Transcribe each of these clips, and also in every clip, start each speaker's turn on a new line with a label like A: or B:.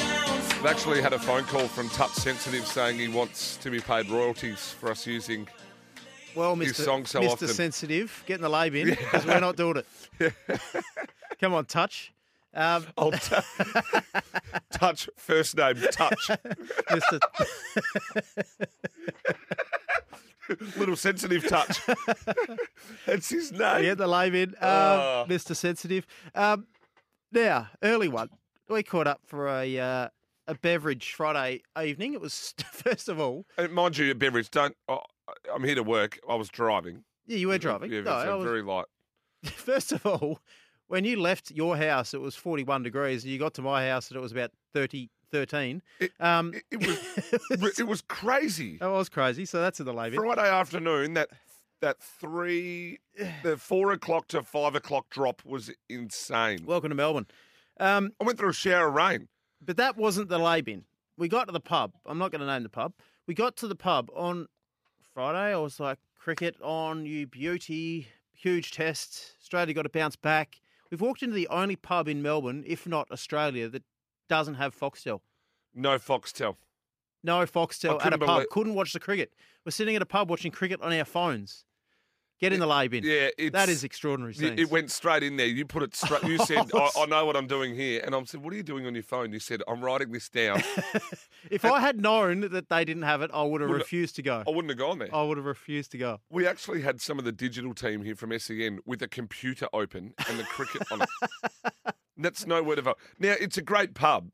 A: I've actually had a phone call from Touch Sensitive saying he wants to be paid royalties for us using.
B: Well,
A: His
B: Mr.
A: song so
B: Mr.
A: often.
B: Sensitive, getting the lab in because we're not doing it. Come on, touch. Um,
A: Oh, t- touch first name touch.
B: Mr.
A: Little sensitive touch. That's his name.
B: yeah, the lame in, um,
A: Oh.
B: Mr. Sensitive. Um, now, early one. We caught up for a uh, a beverage Friday evening. It was first of all,
A: And mind you, beverage. Don't. Oh, I'm here to work. I was driving.
B: yeah, you were driving.
A: Yeah,
B: No,
A: so
B: I was-
A: very light.
B: First of all, when you left your house, it was 41 degrees, and you got to my house, and it was about 30, 13.
A: It-
B: um,
A: It, it was. it was crazy.
B: that was crazy. So that's in the lame in.
A: Friday afternoon, that that three, the four o'clock to five o'clock drop was insane.
B: Welcome to Melbourne. Um,
A: I went through a shower of rain.
B: But that wasn't the lay bin. We got to the pub. I'm not going to name the pub. We got to the pub on Friday. I was like, cricket on, you beauty. Huge test. Australia got to bounce back. We've walked into the only pub in Melbourne, if not Australia, that doesn't have Foxtel.
A: No foxtel.
B: No
A: I
B: Foxtel
A: couldn't
B: at a pub.
A: believe-
B: Couldn't watch the cricket. We're sitting at a pub watching cricket on our phones. Get in the lay bin.
A: Yeah, it's,
B: that is extraordinary.
A: It,
B: scenes.
A: it went straight in there. You put it straight. You said,
B: Oh,
A: I, "I know what I'm doing here," and I said, "What are you doing on your phone?" You said, "I'm writing this down."
B: if I had known that they didn't have it, I would have
A: Would've-
B: refused to go.
A: I wouldn't have gone there.
B: I would have refused to go.
A: We actually had some of the digital team here from SEN with a computer open and the cricket on it. That's no word of a. Now it's a great pub.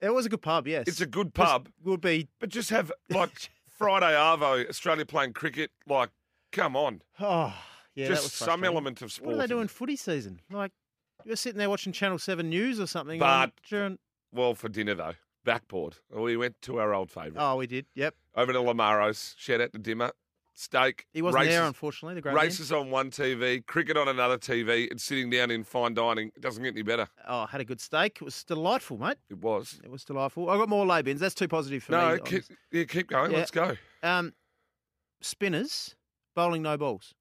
B: It was a good pub, yes.
A: It's a good
B: Just
A: pub,
B: Would be
A: but just have like Friday Arvo Australia playing cricket. Like, come on,
B: oh yeah, that was
A: just some
B: frustrating.
A: element of sport.
B: What do they do in footy season? Like you're sitting there watching Channel Seven News or something.
A: But-
B: on- during,
A: Well, for dinner though, backboard. We went to our old favourite
B: oh, we did. Yep,
A: over to Lamaro's. Shout out to Dimmer. Steak.
B: he wasn't
A: races,
B: there unfortunately. The great man.
A: Races on one TV, cricket on another TV, and sitting down in fine dining. It doesn't get any better.
B: Oh, had a good steak. It was delightful, mate.
A: It was.
B: It was delightful. I got more lay bins. That's too positive for
A: No,
B: me.
A: keep, yeah, keep going.
B: Yeah.
A: Let's go.
B: Um, spinners bowling no balls.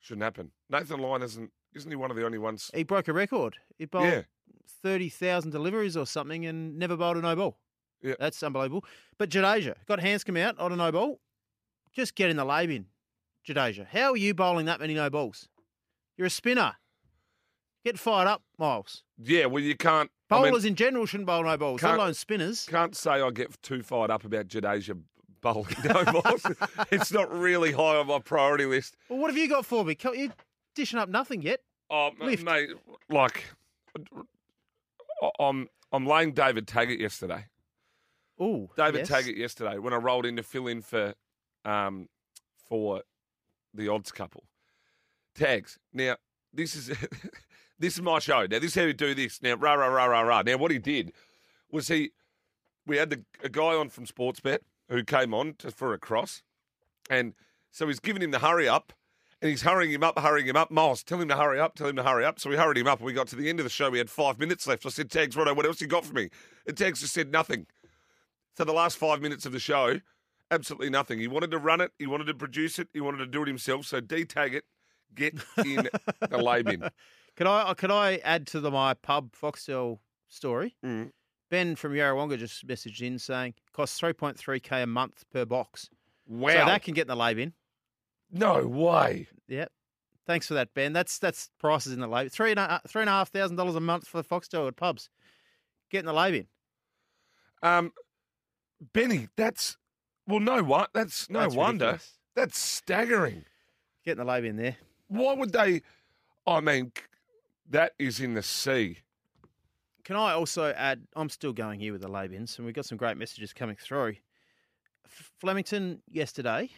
A: Shouldn't happen. Nathan Lyon isn't isn't he one of the only ones?
B: He broke a record. He bowled
A: Yeah.
B: thirty thousand deliveries or something and never bowled a no ball.
A: Yeah.
B: That's unbelievable. But Jadeja got Hanscom out on a no ball. Just get in the lay bin, Jadeja. How are you bowling that many no balls? You're a spinner. Get fired up, Miles.
A: Yeah, well you can't I mean,
B: Bowlers in general shouldn't bowl no balls, let
A: Can't-
B: alone spinners.
A: can't say I get too fired up about Jadeja bowling no balls. it's not really high on my priority list.
B: Well, what have you got for me? Co- You're dishing up nothing yet.
A: Oh m-
B: Lift.
A: mate, like I- I'm I'm laying David Taggart yesterday.
B: Oh,
A: David
B: yes.
A: Taggart yesterday when I rolled in to fill in for um for the odds couple. Tags. Now this is this is my show. Now this is how we do this. Now rah rah rah rah rah. Now what he did was he we had the, a guy on from Sportsbet who came on to, for a cross, and so he's giving him the hurry up, and he's hurrying him up, hurrying him up. Miles, tell him to hurry up, tell him to hurry up. So we hurried him up, and we got to the end of the show. We had five minutes left. I said, Tags, Rodo, what else you got for me? And Tags just said nothing. So the last five minutes of the show, absolutely nothing. He wanted to run it, he wanted to produce it, he wanted to do it himself. So D tag it, get in the lay bin.
B: Could I uh, could I add to the my pub Foxtel story?
A: Mm.
B: Ben from Yarrawonga just messaged in saying costs three point three k a month per box,
A: Wow.
B: so that can get in the lay bin.
A: no way.
B: Yep. Thanks for that, Ben. That's that's prices in the lay three and a, uh, three and a half thousand dollars a month for Foxtel at pubs. Get in the lay bin.
A: Um, Benny, that's well, no what? That's no
B: That's
A: wonder.
B: ridiculous.
A: That's staggering.
B: Get in the lay bin there.
A: Why would they? I mean, c- that is in the sea.
B: Can I also add? I'm still going here with the lay bins, and we've got some great messages coming through. F- Flemington yesterday,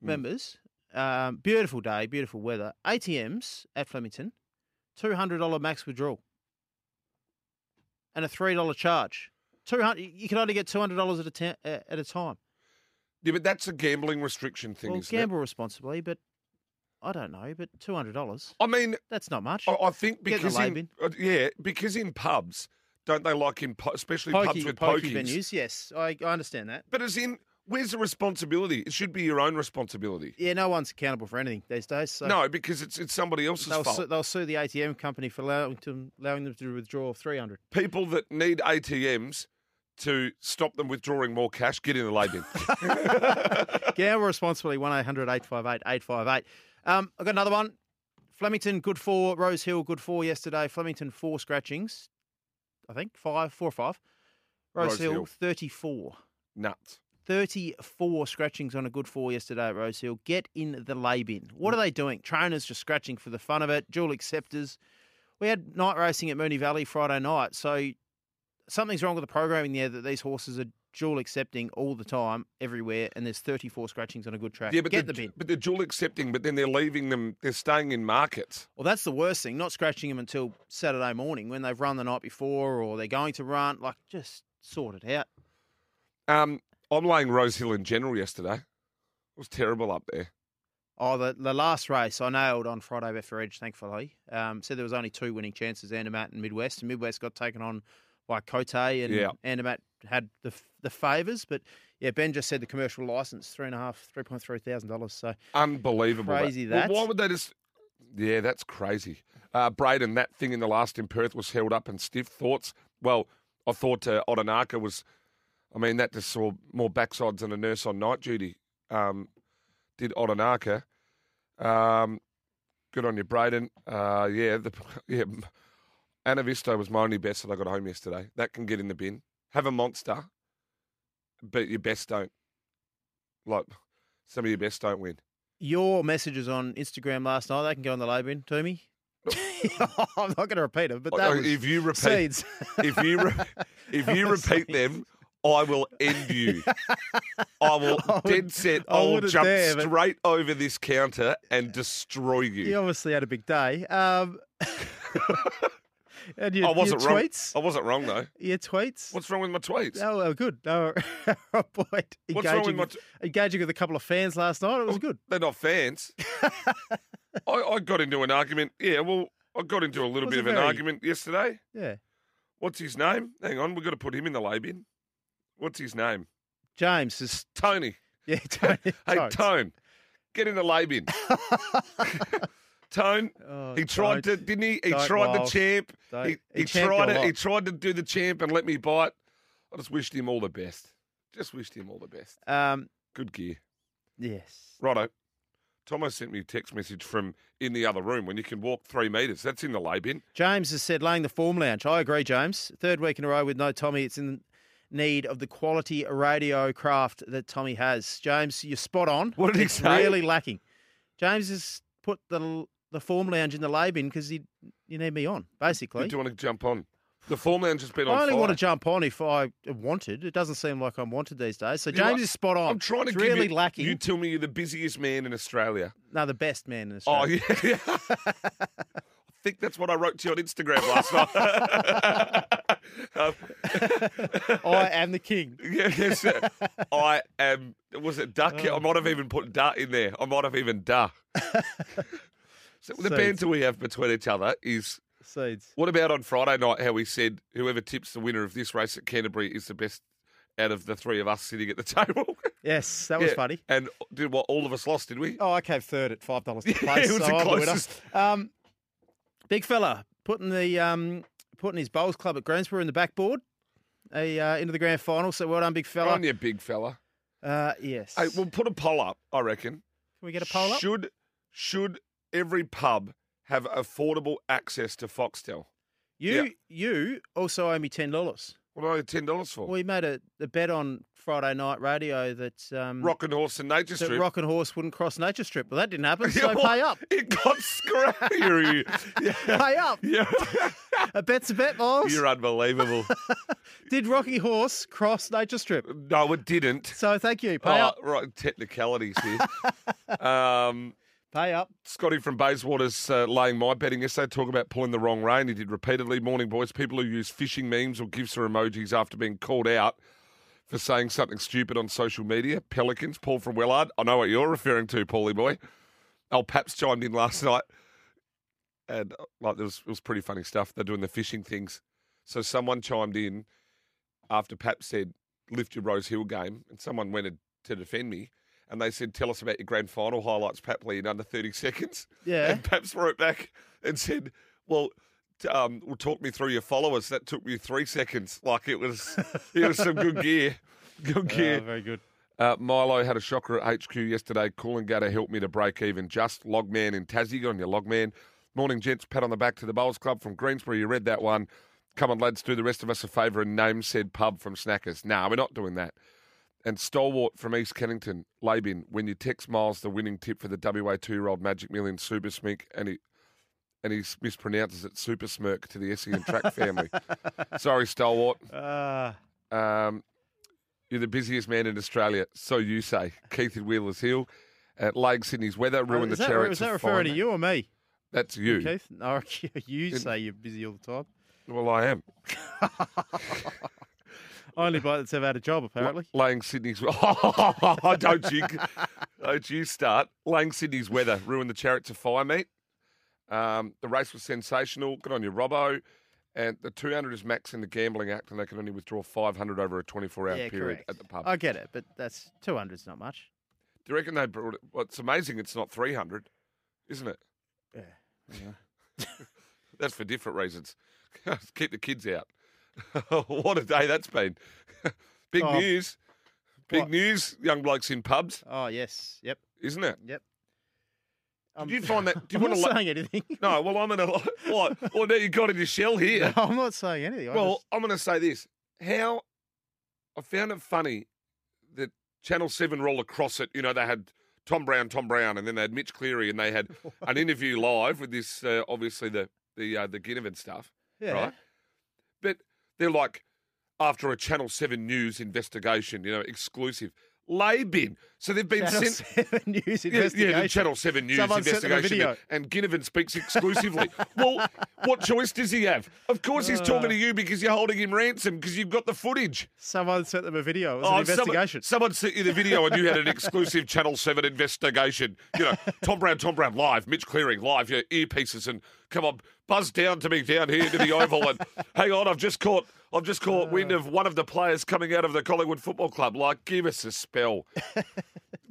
A: Hmm.
B: members, um, beautiful day, beautiful weather. ATMs at Flemington, two hundred dollar max withdrawal, and a three dollar charge. Two hundred. You can only get two hundred dollars at a ta- uh, at a time.
A: Yeah, but that's a gambling restriction thing,
B: Well,
A: isn't
B: gamble responsibly, but I don't know. But two hundred dollars.
A: it? I mean,
B: That's not much.
A: I, I think
B: Get in the
A: because
B: lay
A: in,
B: bin.
A: uh, yeah, because in pubs, don't they like in pu- especially pubs with
B: pokey
A: pokies?
B: venues. Yes, I, I understand that.
A: But as in, where's the responsibility? It should be your own responsibility.
B: Yeah, no one's accountable for anything these days. So
A: no, because it's it's somebody else's
B: they'll
A: fault.
B: sue, they'll sue the ATM company for allowing them allowing them to withdraw three hundred.
A: People that need ATMs to stop them withdrawing more cash, get in the lay bin.
B: Gamble responsibly, 1800 858 858. Um, I've got another one. Flemington, good four. Rose Hill, good four yesterday. Flemington, four scratchings, I think, five, four or five. Rose,
A: Rose
B: Hill,
A: Hill.
B: 34.
A: Nuts.
B: 34 scratchings on a good four yesterday at Rose Hill. Get in the lay bin.
A: Mm.
B: What are they doing? Trainers just scratching for the fun of it, dual acceptors. We had night racing at Mooney Valley Friday night, so something's wrong with the programming there that these horses are dual accepting all the time, everywhere, and there's 34 scratchings on a good track.
A: Yeah, but
B: Get
A: they're,
B: the bin.
A: but they're dual accepting, but then they're leaving them. They're staying in markets.
B: Well, that's the worst thing, not scratching them until Saturday morning when they've run the night before or they're going to run. Like, just sort it out.
A: Um, I'm laying Rose Hill in general yesterday. It was terrible up there.
B: Oh, the, the last race I nailed on Friday bet for Edge, thankfully. Um, said there was only two winning chances, Andermatt and Midwest. And Midwest got taken on by Cote, and
A: Yeah.
B: Andermatt had the f- the favours. But yeah, Ben just said the commercial licence three and a half, three point three thousand dollars. So
A: Unbelievable. that.
B: Crazy
A: Well,
B: that.
A: why would they just? Yeah, that's crazy. Uh, Braden, that thing in the last in Perth was held up and stiff. Thoughts? Well, I thought uh, Odonaka was. I mean, that just saw more backsides than a nurse on night duty. Um, did Odonaka. Um, good on you, Braden. Uh, yeah, the yeah. Ana Vista was my only best that I got home yesterday. That can get in the bin. Have a monster, but your best don't. Like some of your best don't win.
B: your messages on Instagram last night, they can go on the low bin to me. I'm not going to repeat it, but that
A: Like,
B: was
A: if you repeat,
B: seeds.
A: if you re- if
B: That
A: you
B: was
A: repeat them, I will end you. I will
B: I
A: dead
B: would-
A: set.
B: I
A: I will
B: wouldn't
A: jump
B: dare, but-
A: straight over this counter and destroy you.
B: you obviously had a big day. Um, and your,
A: I wasn't
B: your
A: wrong.
B: tweets,
A: I wasn't wrong though.
B: your tweets.
A: What's wrong with my tweets?
B: Oh, well, good. No, oh, boy, engaging,
A: What's wrong with my?
B: with, engaging with a couple of fans last night. It was good.
A: They're not fans. I, I got into an argument. Yeah, well, I got into a little
B: Was
A: bit
B: it
A: of an
B: very-
A: argument yesterday.
B: Yeah,
A: What's his name? Hang on, we've got to put him in the lay bin. What's his name?
B: James is.
A: Tony.
B: Yeah, Tony.
A: Hey,
B: Jones.
A: Tone, get in the lay bin. Tone,
B: Oh,
A: he tried to,
B: don't-
A: didn't he? He
B: don't
A: tried
B: laugh.
A: the champ.
B: don't-
A: He, he
B: champed you
A: tried
B: a
A: it. He
B: lot.
A: tried to do the champ and let me bite. I just wished him all the best. Just wished him all the best.
B: Um,
A: Good gear.
B: yes.
A: Righto. Tomo sent me a text message from in the other room when you can walk three metres. That's in the lay bin.
B: James has said laying the form lounge. I agree, James. Third week in a row with no Tommy. It's in need of the quality radio craft that Tommy has. James, you're spot on.
A: What did he
B: it's
A: say?
B: Really lacking. James has put the the form lounge in the lay bin because you need me on basically.
A: Did you want to jump on? The form lounge has been on
B: I only
A: fire.
B: want to jump on if I wanted. It doesn't seem like I'm wanted these days. So
A: You know
B: James
A: what?
B: is spot on.
A: I'm trying to
B: it's
A: give
B: really
A: you,
B: lacking.
A: You tell me you're the busiest man in Australia.
B: no, the best man in
A: Oh
B: Australia.
A: yeah. I think that's what I wrote to you on Instagram last night. Um,
B: I am the king.
A: yeah, yes, uh, I am. Was it duck? I might have even put duck in there. I might have even duck. so the
B: So
A: banter we have between each other is.
B: Seeds.
A: What about on Friday night? How we said whoever tips the winner of this race at Canterbury is the best out of the three of us sitting at the table.
B: Yes, that was
A: Yeah,
B: funny.
A: And did what? All of us lost, did we?
B: Oh, I came third at five dollars to
A: Yeah,
B: place.
A: it was
B: so
A: the
B: I'm oh, winner.
A: closest.
B: Um, big fella putting the um, putting his bowls club at Greensboro in the backboard. A, uh, into the grand final, so well done, big
A: Go
B: fella.
A: on, you big fella.
B: Uh, yes.
A: Hey, we'll put a poll up. I reckon.
B: Can we get a poll up?
A: Should should every pub have affordable access to Foxtel?
B: You
A: yeah.
B: you also owe me ten dollars.
A: What are they ten dollars for?
B: We made a, a bet on Friday night radio that um,
A: Rock and Horse and Nature
B: that
A: Strip.
B: Rock and Horse wouldn't cross Nature Strip. Well, that didn't happen,
A: Yeah,
B: so
A: well,
B: pay up.
A: It got scrappier. yeah.
B: Pay up.
A: yeah.
B: A bet's a bet, Miles.
A: You're unbelievable.
B: Did Rocky Horse cross Nature Strip?
A: No, it didn't.
B: So thank you. Pay
A: Oh,
B: up.
A: right, technicalities here. um,
B: Pay up.
A: Scotty from Bayswater's uh, laying my betting yesterday, talking about pulling the wrong rein. He did repeatedly. Morning, boys. People who use fishing memes or gifs or emojis after being called out for saying something stupid on social media. Pelicans, Paul from Willard. I know what you're referring to, Paulie boy. Al Paps chimed in last night, and uh, like there was, it was pretty funny stuff. They're doing the fishing things. So someone chimed in after Paps said, "Lift your Rose Hill game," and someone went in to defend me. And they said, "Tell us about your grand final highlights, Papley, in under thirty seconds."
B: Yeah.
A: And Paps wrote back and said, Well, t- um, will talk me through your followers. That took me three seconds. Like it was, it was some good gear. Good gear.
B: very good.
A: Uh, Milo had a shocker at HQ yesterday. Cool and Gutter helped me to break even. Just Logman in Tassie. Good on your Logman. Morning, gents. Pat on the back to the Bowls Club from Greensbury. You read that one. Come on, lads, do the rest of us a favour and name said pub from Snackers. Nah, we're not doing that. And Stalwart from East Kennington, Labin, when you text Miles the winning tip for the WA two-year-old Magic Million Super Smink and he and he mispronounces it Super Smirk to the Essendon Track family. Sorry, Stalwart.
B: Uh,
A: Um, you're the busiest man in Australia, so you say. Keith in Wheelers Hill. At Lake Sydney's weather ruined
B: Oh, is
A: the
B: that,
A: chariots.
B: was that
A: of
B: referring to
A: fine.
B: you or me,
A: That's you.
B: Keith? No, you
A: Didn't-
B: say you're busy all the time.
A: Well, I am.
B: Only bloke that's ever had a job, apparently.
A: Laying Sydney's. Oh, don't you, don't you start. Laying Sydney's weather ruined the chariots of fire meet. Um, the race was sensational. Good on you, Robbo. And the 200 is max in the Gambling Act, and they can only withdraw 500 over a 24 hour
B: Yeah,
A: period
B: correct.
A: at the pub.
B: I get it, but that's 200's not much.
A: Do you reckon they brought it? Well, it's amazing it's not 300, isn't it?
B: Yeah.
A: That's for different reasons. Keep the kids out. what a day that's been. Big
B: Oh.
A: news. Big
B: What?
A: news, young blokes in pubs,
B: Oh, yes. Yep.
A: isn't it?
B: Yep. Um,
A: Did you find that? Do you
B: I'm
A: want
B: not
A: to?
B: saying anything.
A: no, well, I'm going to. What? Well, now you got in your shell here.
B: I'm not saying anything. I
A: well,
B: just-
A: I'm going to say this. How I found it funny that Channel 7 roll across it. You know, they had Tom Brown, Tom Brown, and then they had Mitch Cleary, and they had an interview live with this, uh, obviously, the the uh, the Ginnivan stuff.
B: yeah.
A: right? But they're like, after a Channel 7 news investigation, you know, exclusive. Lay bin. So they've been
B: Channel
A: sent.
B: 7 News
A: Yeah,
B: investigation.
A: Yeah, the Channel 7 News
B: Someone sent them a
A: investigation.
B: video.
A: And Ginnivan speaks exclusively. well, what choice does he have? Of course
B: Uh.
A: he's talking to you because you're holding him ransom because you've got the footage.
B: Someone sent them a video. It was
A: Oh,
B: an investigation.
A: Someone, someone sent you the video and you had an exclusive Channel 7 investigation. You know, Tom Brown, Tom Brown live, Mitch Clearing live, your earpieces and come on, buzz down to me down here to the Oval and hang on, I've just caught I've just caught wind
B: Uh.
A: of one of the players coming out of the Collingwood Football Club. Like, give us a spell.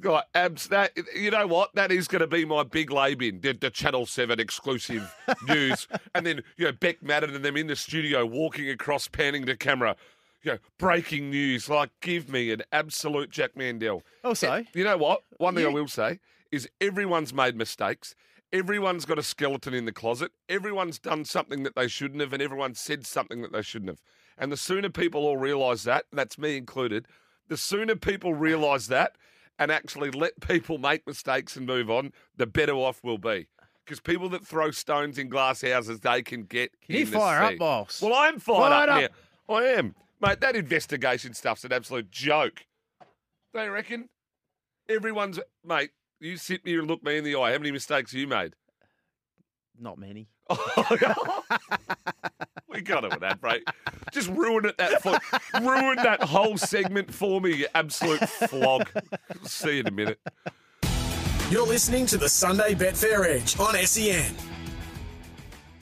A: God, abs that you know what? That is gonna be my big lab in the, the Channel 7 exclusive news. And then, you know, Beck Madden and them in the studio walking across, panning to camera. You know, breaking news, like give me an absolute Jack Mandel.
B: Also,
A: You know what? One thing I
B: You-
A: will say is everyone's made mistakes. Everyone's got a skeleton in the closet. Everyone's done something that they shouldn't have, and everyone's said something that they shouldn't have. And the sooner people all realise that, and that's me included, the sooner people realise that and actually let people make mistakes and move on, the better off we'll be. Because people that throw stones in glass houses, they can get.
B: Can you
A: in the
B: fire up,
A: sea.
B: boss?
A: Well, I'm fired
B: Fired
A: up,
B: up.
A: now. I am, mate. That investigation stuff's an absolute joke. Don't you reckon? Everyone's mate. You sit me and look me in the eye. How many mistakes you made?
B: not many.
A: we got it with that, break. Just ruin it that foot. Ruin that whole segment for me, you absolute flog. See you in a minute.
C: You're listening to the Sunday Betfair Edge on E SEN.